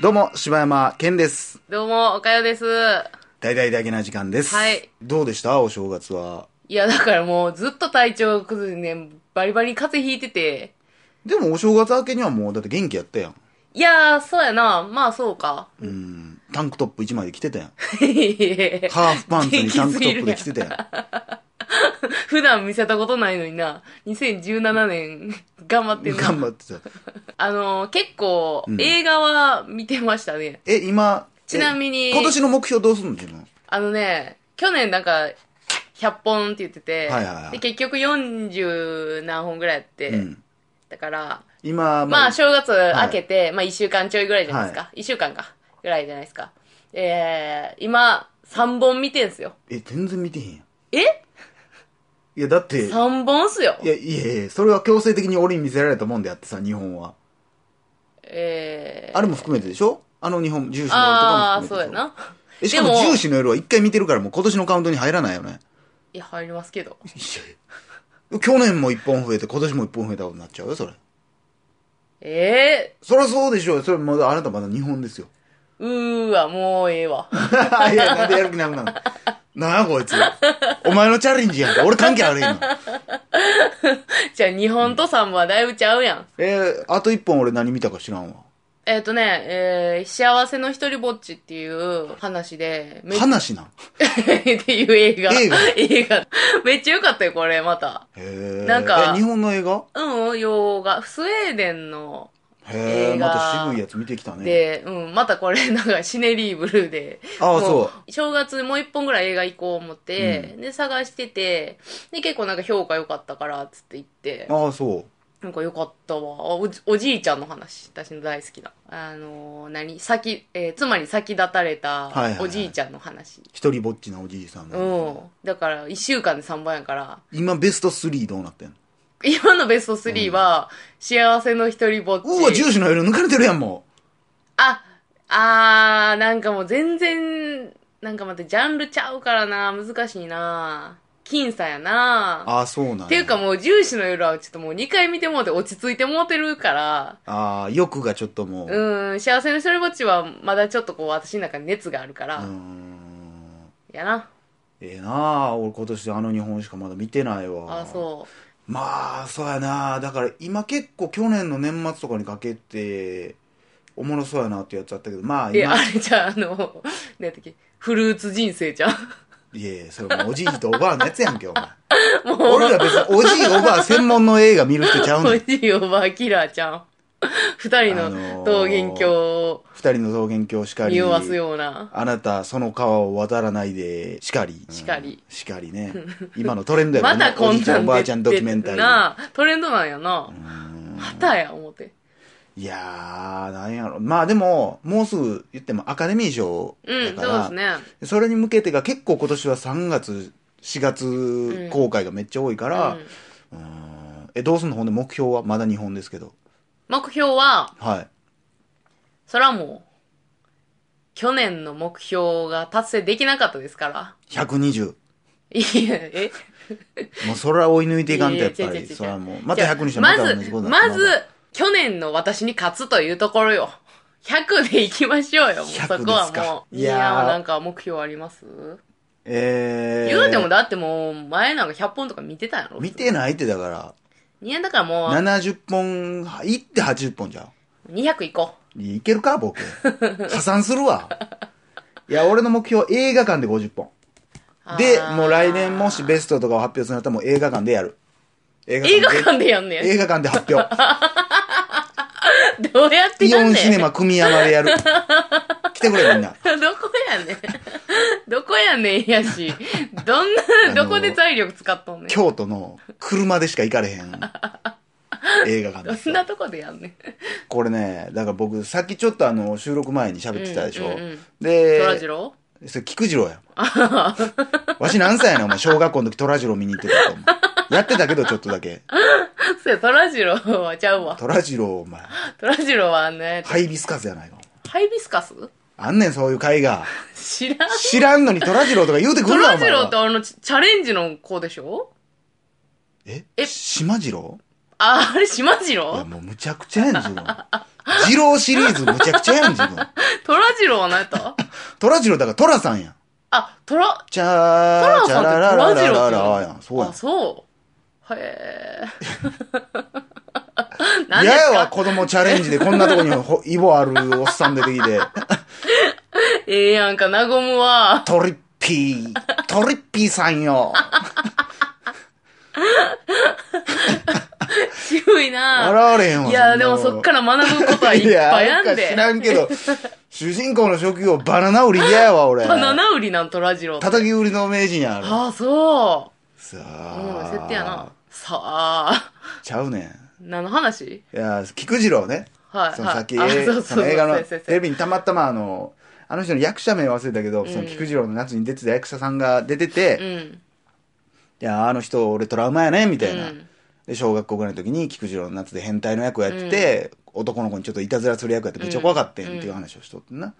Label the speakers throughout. Speaker 1: どうも、柴山健です。
Speaker 2: どうも、おかよです。
Speaker 1: 大々だけな時間です。
Speaker 2: はい
Speaker 1: どうでしたお正月は。
Speaker 2: いや、だからもうずっと体調崩れてね、バリバリ風邪ひいてて。
Speaker 1: でもお正月明けにはもう、だって元気やったやん。
Speaker 2: いやー、そうやな。まあ、そう か。
Speaker 1: うん。タンクトップ1枚で着てたや ん。
Speaker 2: ハー
Speaker 1: ハーフパンツにタンクトップで着てたやん。
Speaker 2: 普段見せたことないのにな。2017年、頑張ってん
Speaker 1: 頑
Speaker 2: な。
Speaker 1: 張ってた。
Speaker 2: あのー、結構、
Speaker 1: うん
Speaker 2: 映画は見てましたね。
Speaker 1: え、今。
Speaker 2: ちなみに
Speaker 1: え今年の目標どうすんの自分。
Speaker 2: あのね、去年なんか、100本って言ってて、
Speaker 1: はいはいはい
Speaker 2: で結局40何本ぐらいやって、
Speaker 1: うん。
Speaker 2: だから、
Speaker 1: 今、
Speaker 2: まあ、
Speaker 1: ょ
Speaker 2: 正月明けて、まあ、一週間ちょいぐらいじゃないです
Speaker 1: は
Speaker 2: か。一、週間か。ぐらいじゃないですか。えー、今、三本見てんすよ。
Speaker 1: え、全然見てへんやん。
Speaker 2: え
Speaker 1: いや、だって、いや、
Speaker 2: 三本っすよ。
Speaker 1: いやいや、それは強制的に俺に見せられたもんであってさ、日本は。
Speaker 2: えー、
Speaker 1: あれも含めてでしょあの日本、重視の夜と
Speaker 2: あ
Speaker 1: か
Speaker 2: あ
Speaker 1: も
Speaker 2: ー、そう
Speaker 1: 含め
Speaker 2: や
Speaker 1: てでしょ。え、しか
Speaker 2: な。で
Speaker 1: も
Speaker 2: も
Speaker 1: 重視の夜は一回見てるからもう今年のカウントに入らないよね。
Speaker 2: いや、入りますけど。
Speaker 1: いや 去年も一本増えて今年も一本増えたことになっちゃうよ、それ。
Speaker 2: え
Speaker 1: そりゃそうでしょうそれまだ、あなたまだ日本です よ。
Speaker 2: ー、うーわ、もうええわ。
Speaker 1: いや、なんでやる気なくなるのなあ、こいつ。お前のチャレンジやんか。俺関係あるやん。
Speaker 2: じゃあ、二本と三本はだいぶちゃうやん。
Speaker 1: えー、あと一本俺何見たか知らんわ。
Speaker 2: えっ、ー、とね、えー、幸せの一人ぼっちっていう話で、めっ
Speaker 1: 話なん。
Speaker 2: っていう映画。
Speaker 1: 映画
Speaker 2: 映画。めっちゃ良かったよ、これ、また。
Speaker 1: へえ。
Speaker 2: なんか
Speaker 1: え、日本の映画
Speaker 2: うん、洋画。スウェーデンの、
Speaker 1: へえ、
Speaker 2: 映画
Speaker 1: また渋いやつ見てきたね。
Speaker 2: で、うん、またこれ、なんかシネリーブルーで。
Speaker 1: ああ、
Speaker 2: も
Speaker 1: そう
Speaker 2: 正月もう一本ぐらい映画行こう思って、で、探してて、で、結構なんか評価良かったから、つって言って
Speaker 1: う。、ああ、そう。
Speaker 2: なんか良かったわ。おじおじいちゃんの話。私の大好きな。あのー、何先、えーつまり先立たれた
Speaker 1: はいはいはい
Speaker 2: おじいちゃんの話。
Speaker 1: 一人ぼっちなおじいさんの。
Speaker 2: うん。だから、一週間で3本やから、
Speaker 1: 今ベスト3どうなってんの
Speaker 2: 今のベスト3は、幸せの一人ぼっち。
Speaker 1: うわ、重視の夜抜かれてるやん、も
Speaker 2: あ、あー、なんかもう全然、なんか待って、ジャンルちゃうからな、難しいな。僅差や
Speaker 1: う。
Speaker 2: な。
Speaker 1: ああ、そうなんや
Speaker 2: っていうかもう、重視の夜はちょっともう2回見てもうて落ち着いてもうてるから、
Speaker 1: ああ、欲がちょっともう。
Speaker 2: うーん、幸せの一人ぼっちはまだちょっとこう、私の中に熱があるから、
Speaker 1: うーん
Speaker 2: やな。
Speaker 1: ええなあ俺今年あの日本しかまだ見てないわ
Speaker 2: あー、そう。
Speaker 1: まあそうやなだから今結構去年の年末とかにかけておもろそうやなってやつあったけどまあ
Speaker 2: え、あ
Speaker 1: 今
Speaker 2: れじゃあ、あの、なんだっけ、フルーツ人生じゃん。
Speaker 1: いやいやそれもうおじいとおばあのやつやんけお前
Speaker 2: もう、
Speaker 1: 俺ら別におじいおばあ専門の映画見る人ちゃう
Speaker 2: お
Speaker 1: ねん
Speaker 2: じいおばあキラーちゃん。二人
Speaker 1: あのー
Speaker 2: の桃源郷を
Speaker 1: 二人の桃源郷しかり
Speaker 2: 見終わすような。
Speaker 1: あなたその川を渡らないでしかり
Speaker 2: しかり
Speaker 1: うんしかりね今のトレンドや
Speaker 2: ま
Speaker 1: ね
Speaker 2: たこ
Speaker 1: お
Speaker 2: ん
Speaker 1: じいちゃ
Speaker 2: なん
Speaker 1: んおばあちゃんドキュメン
Speaker 2: 出
Speaker 1: タ
Speaker 2: て
Speaker 1: リ
Speaker 2: ん
Speaker 1: ー
Speaker 2: なトレンドなんやな。
Speaker 1: うん
Speaker 2: またや、思って。
Speaker 1: いやー、なんやろ。まあでも、もうすぐ言ってもアカデミー賞
Speaker 2: う
Speaker 1: だ
Speaker 2: ん、
Speaker 1: か
Speaker 2: そうで
Speaker 1: ら、
Speaker 2: すね。
Speaker 1: それに向けてが結構今年は3月、4月
Speaker 2: ん
Speaker 1: 公開がめっちゃ多いか
Speaker 2: う
Speaker 1: ら、
Speaker 2: ん、
Speaker 1: うーんえ、どうすんのほんで目標はまだ日本ですけど。
Speaker 2: 目標は、
Speaker 1: はい。
Speaker 2: そらもう、去年の目標が達成できなかったですから。
Speaker 1: 120。
Speaker 2: いや、え
Speaker 1: もうそれは追い抜いていかんと、やっぱ
Speaker 2: いやいや違う
Speaker 1: り。
Speaker 2: 違う違う
Speaker 1: それはもう、また100にし
Speaker 2: じ
Speaker 1: た
Speaker 2: ゃ
Speaker 1: らま
Speaker 2: あ
Speaker 1: た同じ
Speaker 2: まず、
Speaker 1: ことだ
Speaker 2: まず、去年の私に勝つというところよ。100で行きましょうよ、もうそ
Speaker 1: 100
Speaker 2: こは
Speaker 1: ですか
Speaker 2: もう。
Speaker 1: い
Speaker 2: い
Speaker 1: やー
Speaker 2: やー、なんか目標あります
Speaker 1: えー、
Speaker 2: 言うてもだってもう、前なんか100本とか見てたやろ
Speaker 1: 見てないってだから、
Speaker 2: いや、だからもう、
Speaker 1: 70本、いって80本じゃん。
Speaker 2: 200行こ
Speaker 1: いけるか、ボケ。 破産するわ。いや、俺の目標、映画館で50本。
Speaker 2: う。
Speaker 1: で
Speaker 2: あ、ー
Speaker 1: もう来年もしベストとかを発表するんだったらもう映画館でやる。映
Speaker 2: 映画
Speaker 1: で
Speaker 2: 館でやんねん。
Speaker 1: 映画館で発 表。
Speaker 2: どうやって
Speaker 1: イ
Speaker 2: や
Speaker 1: オ
Speaker 2: ん
Speaker 1: ンシ
Speaker 2: ね
Speaker 1: ネ
Speaker 2: ん。
Speaker 1: マ組山 でやる。来てくれみんな。
Speaker 2: どこやねん。どこやねんやし。どん
Speaker 1: あの
Speaker 2: な、どこで財力使っとんねん。
Speaker 1: 京都の車でしか行かれへん映画館です
Speaker 2: どんなとこでやんねん。
Speaker 1: これね、だから僕、さっきちょっとあの、収録前に喋ってたでしょ。
Speaker 2: うんうんうんトラジ
Speaker 1: で、
Speaker 2: ロ
Speaker 1: それ菊次郎や。 わし何歳やねん、お前。小学校の時虎次郎見に行ってたと思う。やってたけど、ちょっとだけ。
Speaker 2: そうや、トラジロはちゃうわ。
Speaker 1: 虎次郎、お前。
Speaker 2: トラジロはね、
Speaker 1: ハイビスカスやないか。
Speaker 2: ハイビスカス
Speaker 1: あんねん、そういう会が。
Speaker 2: 知らん。
Speaker 1: 知らんのに虎次郎とか言うてく
Speaker 2: ト
Speaker 1: るな、お
Speaker 2: ラジ
Speaker 1: 前
Speaker 2: ロって
Speaker 1: は。
Speaker 2: あの、チチャレンジの子でしょ
Speaker 1: え
Speaker 2: え
Speaker 1: 島次郎
Speaker 2: あ、あれ、しまじ
Speaker 1: いや
Speaker 2: ろ
Speaker 1: もうむちゃくちゃやん自 分二郎シリーズむちゃくちゃやん自分
Speaker 2: トラジロは何やった
Speaker 1: 虎次郎だから虎さんやん
Speaker 2: あ、トラ、
Speaker 1: チャー
Speaker 2: 寅
Speaker 1: チャ
Speaker 2: さんって
Speaker 1: ラララ
Speaker 2: 寅次
Speaker 1: ラ
Speaker 2: 郎
Speaker 1: ラ
Speaker 2: って言うの
Speaker 1: ラやんそうや
Speaker 2: あ、
Speaker 1: ん
Speaker 2: そう。へえ。何で
Speaker 1: 嫌
Speaker 2: す
Speaker 1: やわ
Speaker 2: か
Speaker 1: 子供チャレンジでこんなとこにほ イボあるおっさん出てきて
Speaker 2: ええやんか、なごむわ。
Speaker 1: トリッピートリッピーさんよ
Speaker 2: 渋いな。
Speaker 1: 笑われへんわ
Speaker 2: いや、
Speaker 1: ん
Speaker 2: で
Speaker 1: な
Speaker 2: も
Speaker 1: こと
Speaker 2: そっから学ぶことはいっぱいあん
Speaker 1: いやなんか知
Speaker 2: で。
Speaker 1: らんけど主人公の職業バナナ売り嫌やわ俺
Speaker 2: バナナ売りなん、トラジロって。
Speaker 1: 叩き売りの名人やあれ
Speaker 2: ああ、そ
Speaker 1: さ
Speaker 2: う。
Speaker 1: あ
Speaker 2: うん、設定やな。さあ、
Speaker 1: ちゃうねん
Speaker 2: 何の話
Speaker 1: いや菊次郎ね
Speaker 2: はい。
Speaker 1: そのさっき、
Speaker 2: はいあ
Speaker 1: え
Speaker 2: そうそう
Speaker 1: その映画
Speaker 2: そ
Speaker 1: の
Speaker 2: うそう
Speaker 1: テ
Speaker 2: そう
Speaker 1: レビにたまたまあの、あの人の役者名忘れたけど、
Speaker 2: ん
Speaker 1: その菊次郎の夏に出てた役者さんが出てて、
Speaker 2: う
Speaker 1: い
Speaker 2: ん。
Speaker 1: や、あの人俺トラウマやね、みたいな。
Speaker 2: うん
Speaker 1: で、小学校ぐらいの時に菊次郎の夏で変態の役をやってて、男の子にちょっといたずらする役やってめっちゃ怖かってんっていう話をしとってな。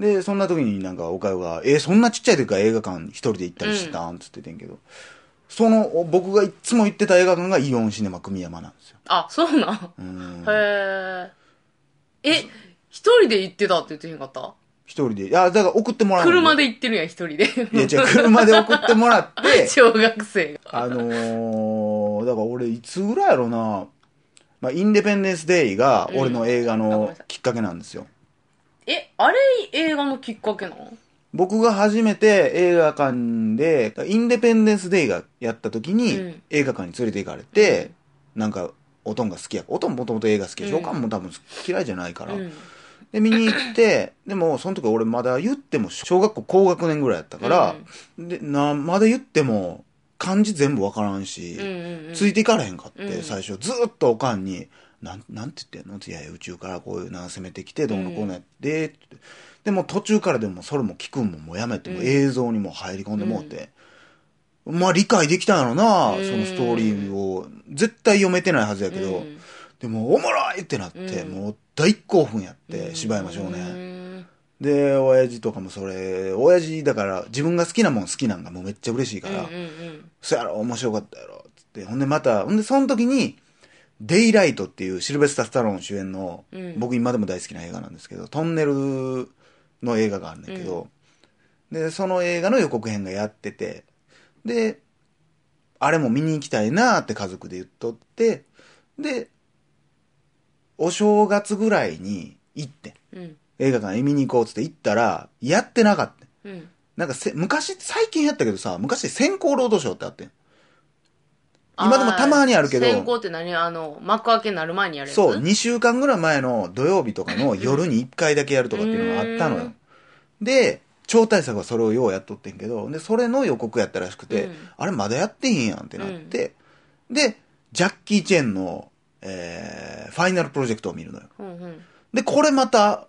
Speaker 1: で、そんな時になんかおかゆが、え、そんなちっちゃい時から映画館一人で行ったりしてたんつっててんけど、その、お僕がいっつも行ってた映画館がイオンシネマ組山なんですよ。
Speaker 2: あ、そうなん。
Speaker 1: うん。
Speaker 2: へえ。え、一人で行ってたって言ってへんかった
Speaker 1: 一人で。いや、だから送ってもらうの
Speaker 2: 車で行ってるやん、一人で。
Speaker 1: いや、じゃあ車で送ってもらって、
Speaker 2: 小学生が。
Speaker 1: あのー、だから俺、いつぐらいやろな、まあ、インデペンデンス・デイが俺の映画
Speaker 2: うんあごめん
Speaker 1: の
Speaker 2: なさい
Speaker 1: きっかけなんですよ。
Speaker 2: え、あれ映画のきっかけなの
Speaker 1: 僕が初めて映画館で、インデペンデンス・デイがやった時に、
Speaker 2: うん
Speaker 1: 映画館に連れて行かれて、なんか、おとんが好きや。おとんもともと映画好きやし、
Speaker 2: うん
Speaker 1: おかんも多分嫌いじゃないから。
Speaker 2: うん。
Speaker 1: で、見に行って、でも、その時俺まだ言っても、小学校高学年ぐらいやったから、で、な、まだ言っても、漢字全部わからんし、
Speaker 2: うんうんうん。
Speaker 1: ついていかれへんかって、
Speaker 2: うん
Speaker 1: 最初ずーっとおかんに「なんなんて言ってんの?」って「いやいや宇宙からこういうな攻めてきてどうのこうのやって」ってでも途中からでもそれも聞くんももうやめて、もう
Speaker 2: うん
Speaker 1: 映像にもう入り込んでもうて、まあ理解できたんやろな、
Speaker 2: うん
Speaker 1: そのストーリーを絶対読めてないはずやけど、
Speaker 2: うん
Speaker 1: でもおもろいってなって、
Speaker 2: うん
Speaker 1: もう大興奮やって芝居ましょうね、
Speaker 2: うん
Speaker 1: で親父とかもそれ親父だから自分が好きなもん好きなんがもうめっちゃ嬉しいから、
Speaker 2: うんうん
Speaker 1: そやろ、面白かったやろ、つって。ほんでまた、ほんでその時に、デイライトっていうシルベスタ・スタローン主演の、
Speaker 2: うん
Speaker 1: 僕今でも大好きな映画なんですけど、トンネルの映画があるんだけど、で、その映画の予告編がやってて、で、あれも見に行きたいなーって家族で言っとって、で、お正月ぐらいに行って、
Speaker 2: うん
Speaker 1: 映画館へ見に行こうっつって行ったら、やってなかった。
Speaker 2: うん
Speaker 1: なんかせ、昔、最近やったけどさ、昔先行労働省ってあってん。
Speaker 2: あー
Speaker 1: 今でもたまにあるけど
Speaker 2: 先行って何あの、幕開けになる前にやるやつ
Speaker 1: そう、2週間ぐらい前の土曜日とかの夜に1回だけやるとかっていうのがあったの
Speaker 2: う
Speaker 1: よ
Speaker 2: ん。
Speaker 1: で、超大作はそれをようやっとってんけど、で、それの予告やったらしくて、
Speaker 2: うん
Speaker 1: あれまだやってんやんってなって、で、ジャッキー・チェンの、えー、ファイナルプロジェクトを見るのよ。
Speaker 2: うんうん。
Speaker 1: で、これまた、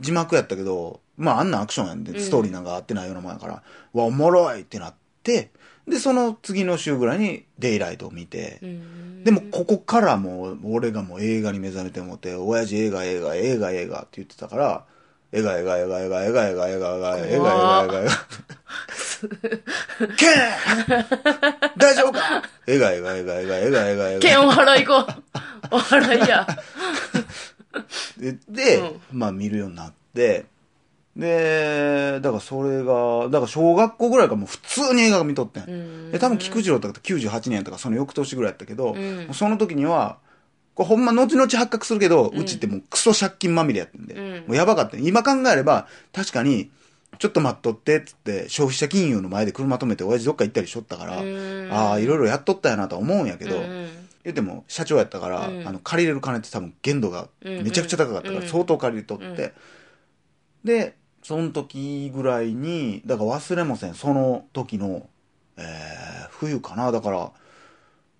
Speaker 1: 字幕やったけど、まあ、あんなアクションやん
Speaker 2: う
Speaker 1: で、
Speaker 2: ん
Speaker 1: ストーリーなんか合ってないようなもんやから、わ、おもろいってなって、で、その次の週ぐらいに、デイライトを見て、
Speaker 2: うん
Speaker 1: でも、ここからもう、俺がもう映画に目覚めて思って、親父映画映画映画映画って言ってたから、映画映画映画映画映画映画映画映画映画映画映画映画映画ケン大丈夫か映画映画映画映画映画映画映画
Speaker 2: 剣お笑い行こ う。お笑いや。
Speaker 1: で、で
Speaker 2: うん
Speaker 1: まあ見るようになって、で、だからそれが、だから小学校ぐらいからもう普通に映画見とってん。
Speaker 2: ん
Speaker 1: で、多分菊次郎とかって98年とかその翌年ぐらいやったけど、
Speaker 2: うん
Speaker 1: もうその時には、これほんま後々発覚するけど、うんちってもうクソ借金まみれやってんで、
Speaker 2: うん
Speaker 1: もうやばかった。今考えれば、確かに、ちょっと待っとって、つって、消費者金融の前で車止めて親父どっか行ったりしとったから、
Speaker 2: うん
Speaker 1: ああ、いろいろやっとったやなとは思うんやけど、
Speaker 2: うん
Speaker 1: 言っても社長やったから、
Speaker 2: うん
Speaker 1: あの借りれる金って多分限度がめちゃくちゃ高かったか
Speaker 2: うん
Speaker 1: ら
Speaker 2: うん
Speaker 1: 相当借り取って、でその時ぐらいにだから忘れもせんその時の、えー冬かなだから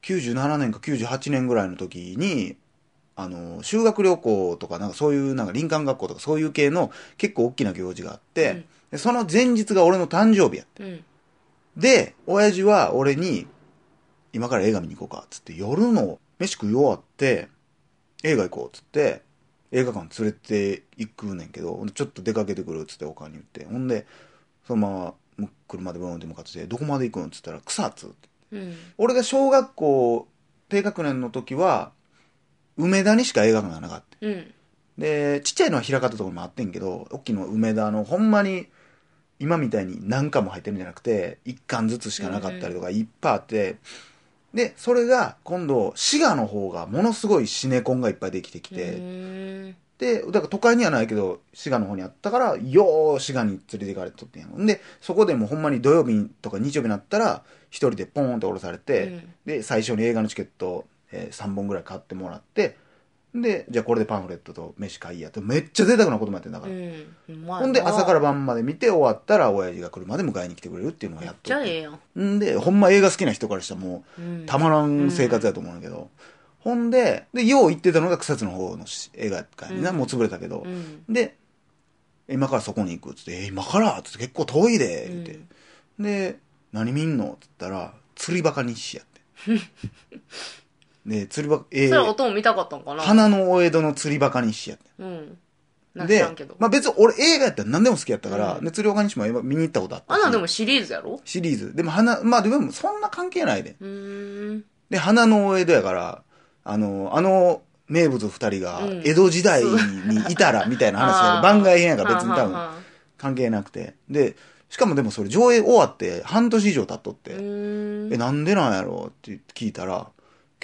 Speaker 1: 97年か98年ぐらいの時にあの修学旅行とかなんかそういうなんか林間学校とかそういう系の結構大きな行事があって、
Speaker 2: うん
Speaker 1: でその前日が俺の誕生日や
Speaker 2: うん。うん
Speaker 1: で、親父は俺に、今から映画見に行こうか、つって、夜の飯食い終わって、映画行こう、つって、映画館連れて行くねんけど、ほんでちょっと出かけてくる、つって、おかんに言って。ほんで、そのままむ、車でブーンって向かってて、どこまで行くんつったら、草津って。
Speaker 2: うん。
Speaker 1: 俺が小学校低学年の時は、梅田にしか映画館がなかった。
Speaker 2: うん。
Speaker 1: で、ちっちゃいのは平方とかにもあってんけど、大きいのは梅田の、ほんまに、今みたいに何巻も入ってるんじゃなくて、1巻ずつしかなかったりとか、いっぱいあって、で、それが、今度、滋賀の方が、ものすごいシネコンがいっぱいできてきて、
Speaker 2: うーん
Speaker 1: で、だから都会にはないけど、滋賀の方にあったから、よー滋賀に連れて行かれとってんやん。で、そこでもうほんまに土曜日とか日曜日になったら、一人でポーンって降ろされて、
Speaker 2: うん
Speaker 1: で、最初に映画のチケット、え3本ぐらい買ってもらって、で、じゃあこれでパンフレットと飯買いやと、めっちゃ贅沢なこともやってんだから。
Speaker 2: うん。まあ
Speaker 1: ほんで、朝から
Speaker 2: めっ
Speaker 1: 晩まで見て終わったら、親父が車で迎えに来てくれるっていうのをやっ
Speaker 2: ち
Speaker 1: と
Speaker 2: ゃ
Speaker 1: っ
Speaker 2: え
Speaker 1: て。
Speaker 2: えやん。
Speaker 1: んで、ほんま映画好きな人からしたらもう、
Speaker 2: うん
Speaker 1: たまらん生活やと思うんだけど、ほんででよう行ってたのが草津の方のし映画館にな、
Speaker 2: うん
Speaker 1: もう潰れたけど
Speaker 2: う、ん。
Speaker 1: で今からそこに行くっつって「え今から?」っつって「結構遠いで」言って、で「何見んの?」っつったら「釣りバカ日誌」やって で釣りバカえ
Speaker 2: それは
Speaker 1: ー、
Speaker 2: 音も見たかったんかな
Speaker 1: 花のお江戸の釣りバカ日誌やって
Speaker 2: うん。なんか知
Speaker 1: で
Speaker 2: らんけど。
Speaker 1: まあ別に俺映画やったら何でも好きやったから、
Speaker 2: うん
Speaker 1: で釣りバカ日誌も今見に行ったことあった
Speaker 2: あんなんでもシリーズやろ
Speaker 1: シリーズでも花まあでもそんな関係ないで
Speaker 2: うーん。
Speaker 1: で、花のお江戸やから、あの、あの名物二人が
Speaker 2: うん
Speaker 1: 江戸時代にいた らみたいな話だか
Speaker 2: あ
Speaker 1: ら、
Speaker 2: ー
Speaker 1: 番外編やから別に多
Speaker 2: はあは
Speaker 1: 分
Speaker 2: あはあ
Speaker 1: 関係なくて。で、しかもでもそれ上映終わって半年以上経っとっ
Speaker 2: う
Speaker 1: て、
Speaker 2: ーん
Speaker 1: え、。なんでなんやろうって聞いたら、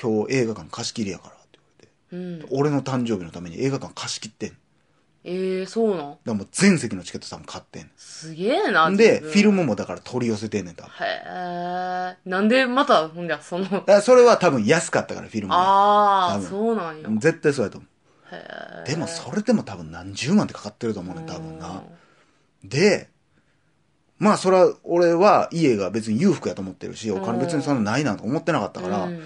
Speaker 1: 今日映画館貸し切りやからって
Speaker 2: うん
Speaker 1: 言われて、俺の誕生日のために映画館貸し切ってん。だか
Speaker 2: ええ、そうなん。
Speaker 1: らもう全席のチケット多分買ってん。
Speaker 2: すげえな。
Speaker 1: で、フ
Speaker 2: 自分
Speaker 1: ィルムもだから取り寄せてんねん多分。
Speaker 2: へえ。なんでまた、ほんじゃ、その
Speaker 1: だ、からそれは多分安かったから、フィルムが。
Speaker 2: ああ、
Speaker 1: 多分
Speaker 2: そうなんや。
Speaker 1: 絶対そうやと思う。
Speaker 2: へえ。
Speaker 1: でもそれでも多分何十万ってかかってると思うねん多分な。で、まあそれは俺は家が別に裕福やと思ってるし、お金別にそんなないなんて思ってなかった
Speaker 2: だ
Speaker 1: から、
Speaker 2: うん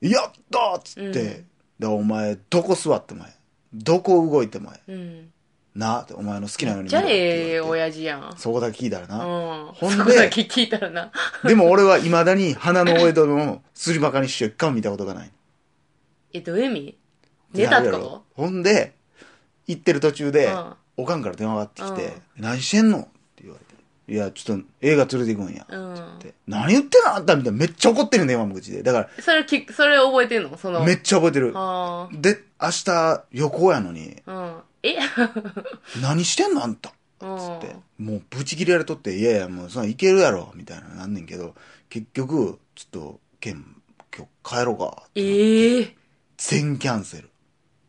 Speaker 1: やったーっつって、
Speaker 2: うん
Speaker 1: でお前どこ座ってもええ。どこ動いてもえ
Speaker 2: うん。
Speaker 1: え。なあってお前の好きなように
Speaker 2: じゃあ
Speaker 1: ろって
Speaker 2: え
Speaker 1: 言
Speaker 2: え、
Speaker 1: われて
Speaker 2: 親父やん。
Speaker 1: そこだけ聞いたら
Speaker 2: う
Speaker 1: な。
Speaker 2: ん。
Speaker 1: ほんで
Speaker 2: そこだけ聞いたらな。
Speaker 1: でも俺は未だに花のお江戸のすりばかにしよっか見たことがない。
Speaker 2: え、どういう意味寝たって
Speaker 1: や
Speaker 2: こ
Speaker 1: るやろ
Speaker 2: と
Speaker 1: ほんで、行ってる途中で、
Speaker 2: うん
Speaker 1: おかんから電話がかかってきて、何してんのって言われて。いや、ちょっと映画連れて行くんや。
Speaker 2: うん
Speaker 1: っ。て何言ってんのあんたみたいな。めっちゃ怒ってるね、今も口で。だか
Speaker 2: それき、それ覚えてんのそ
Speaker 1: ら、
Speaker 2: の。
Speaker 1: めっちゃ覚えてる。
Speaker 2: あ
Speaker 1: で、明日旅行やのに、
Speaker 2: あ。うん。え
Speaker 1: 何してんのあんた。
Speaker 2: うん。
Speaker 1: って、もうブチ切れられとって、いやいや、もうそんなんいけるやろ、みたいななんねんけど、結局、ちょっと、県、今日帰ろうか。
Speaker 2: ええ
Speaker 1: 全キャンセル。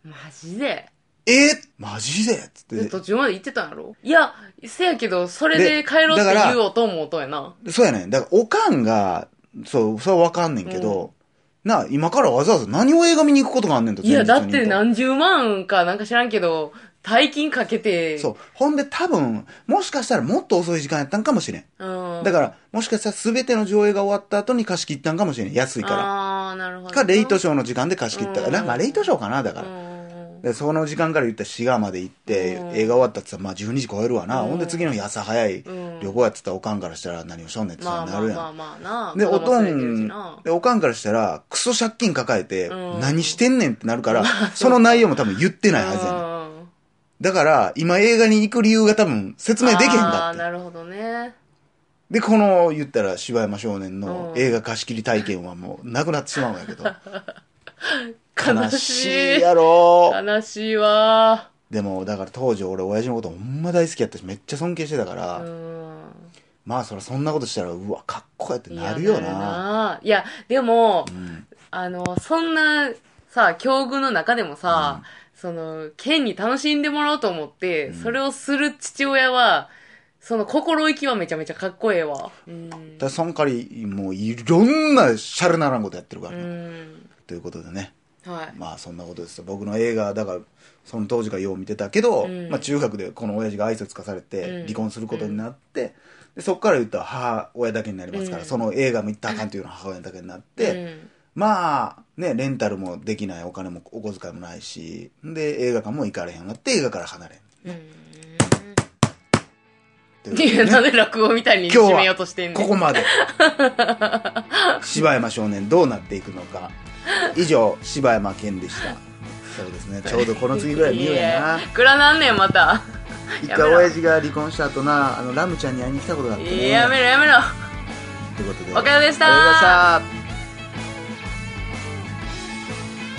Speaker 2: マジで
Speaker 1: えマジでつって。
Speaker 2: 途中まで行ってたんやろいや、せやけど、それ
Speaker 1: で
Speaker 2: で帰ろうっ
Speaker 1: だ
Speaker 2: て
Speaker 1: から
Speaker 2: 言う音も音やな。
Speaker 1: そうやねん。だから、おかんが、そう、それはわかんねんけど、なあ、今からわざわざ何を映画見に行くことがあんねんと。
Speaker 2: いや、
Speaker 1: 前
Speaker 2: だ
Speaker 1: 日
Speaker 2: っ
Speaker 1: に
Speaker 2: て
Speaker 1: と
Speaker 2: 何十万かなんか知らんけど、大金かけて。
Speaker 1: そう。ほんで多分、もしかしたらもっと遅い時間やったんかもしれん。
Speaker 2: う。うん。
Speaker 1: だから、もしかしたら全ての上映が終わった後に貸し切ったんかもしれん。安いか
Speaker 2: ああ、なるほど
Speaker 1: ら。
Speaker 2: な。
Speaker 1: か、レイトショーの時間で貸し切ったか
Speaker 2: うん
Speaker 1: ら。まあ、レイトショーかな、だから。
Speaker 2: うん
Speaker 1: で、その時間から言ったら滋賀まで行って、
Speaker 2: うん
Speaker 1: 映画終わったって言ったら、まあ12時超えるわな。
Speaker 2: うん
Speaker 1: ほんで次の日朝早い
Speaker 2: うん
Speaker 1: 旅行やってたらおかんからしたら何をしょんねんって
Speaker 2: ま
Speaker 1: そうな
Speaker 2: あまあ
Speaker 1: る
Speaker 2: まあ
Speaker 1: や
Speaker 2: まあな。
Speaker 1: ん。で、
Speaker 2: 子
Speaker 1: お
Speaker 2: 供
Speaker 1: と、
Speaker 2: 連れてるしなん
Speaker 1: で、おかんからしたら、クソ借金抱えて、
Speaker 2: うん
Speaker 1: 何してんねんってなるから、その内容も多分言ってないはずやねん。
Speaker 2: うん
Speaker 1: だから、今映画に行く理由が多分説明できへん
Speaker 2: あ
Speaker 1: か
Speaker 2: あ、
Speaker 1: って。
Speaker 2: なるほどね。
Speaker 1: で、この、言ったら柴山少年の
Speaker 2: うん
Speaker 1: 映画貸し切り体験はもうなくなってしまうんやけど。
Speaker 2: 悲
Speaker 1: 悲
Speaker 2: しい。
Speaker 1: しいやろ。
Speaker 2: 悲しいわ
Speaker 1: でも、だから当時俺親父のことほんま大好きやったし、めっちゃ尊敬してたか
Speaker 2: ー。
Speaker 1: ら、
Speaker 2: うん。
Speaker 1: まあそらそんなことしたら、うわ、かっこええって
Speaker 2: いや
Speaker 1: なるよ
Speaker 2: なる
Speaker 1: な。
Speaker 2: な。いや、でも、
Speaker 1: うん
Speaker 2: あの、そんな、さ、境遇の中でもさ、その、県に楽しんでもらおうと思って、
Speaker 1: ん
Speaker 2: それをする父親は、その心意気はめちゃめちゃかっこええわ。うん
Speaker 1: だ。からそんかり、もういろんなシャレならんことやってるから
Speaker 2: う
Speaker 1: な、
Speaker 2: ん。
Speaker 1: ということでね。
Speaker 2: はい。
Speaker 1: まあそんなことですよ僕の映画だからその当時からよう見てたけど、
Speaker 2: うん
Speaker 1: まあ、中学でこの親父が愛想つかされて
Speaker 2: うん
Speaker 1: 離婚することになって、でそこから言ったら母親だけになりますから、
Speaker 2: うん
Speaker 1: その映画も行ったらあかんというのは母親だけになって、
Speaker 2: うん
Speaker 1: まあねレンタルもできないお金もお小遣いもないしで映画館も行かれへんようになって映画から離れん
Speaker 2: うん。
Speaker 1: という
Speaker 2: いや、なんで落語みたいに
Speaker 1: 今
Speaker 2: 締め
Speaker 1: 日
Speaker 2: よ
Speaker 1: は
Speaker 2: うとしてんの
Speaker 1: ここまで柴山少年どうなっていくのか以上柴山健でしたそうです ねちょうどこの次ぐらい見ようやな
Speaker 2: いいくらなんねん、また。
Speaker 1: 一
Speaker 2: やめ
Speaker 1: 回
Speaker 2: ろ
Speaker 1: 親父が離婚した後なあのラムちゃんに会いに来たことがあって、ね、
Speaker 2: やめろ、やめろ。
Speaker 1: ということで
Speaker 2: 岡田でした
Speaker 1: ありがとうございました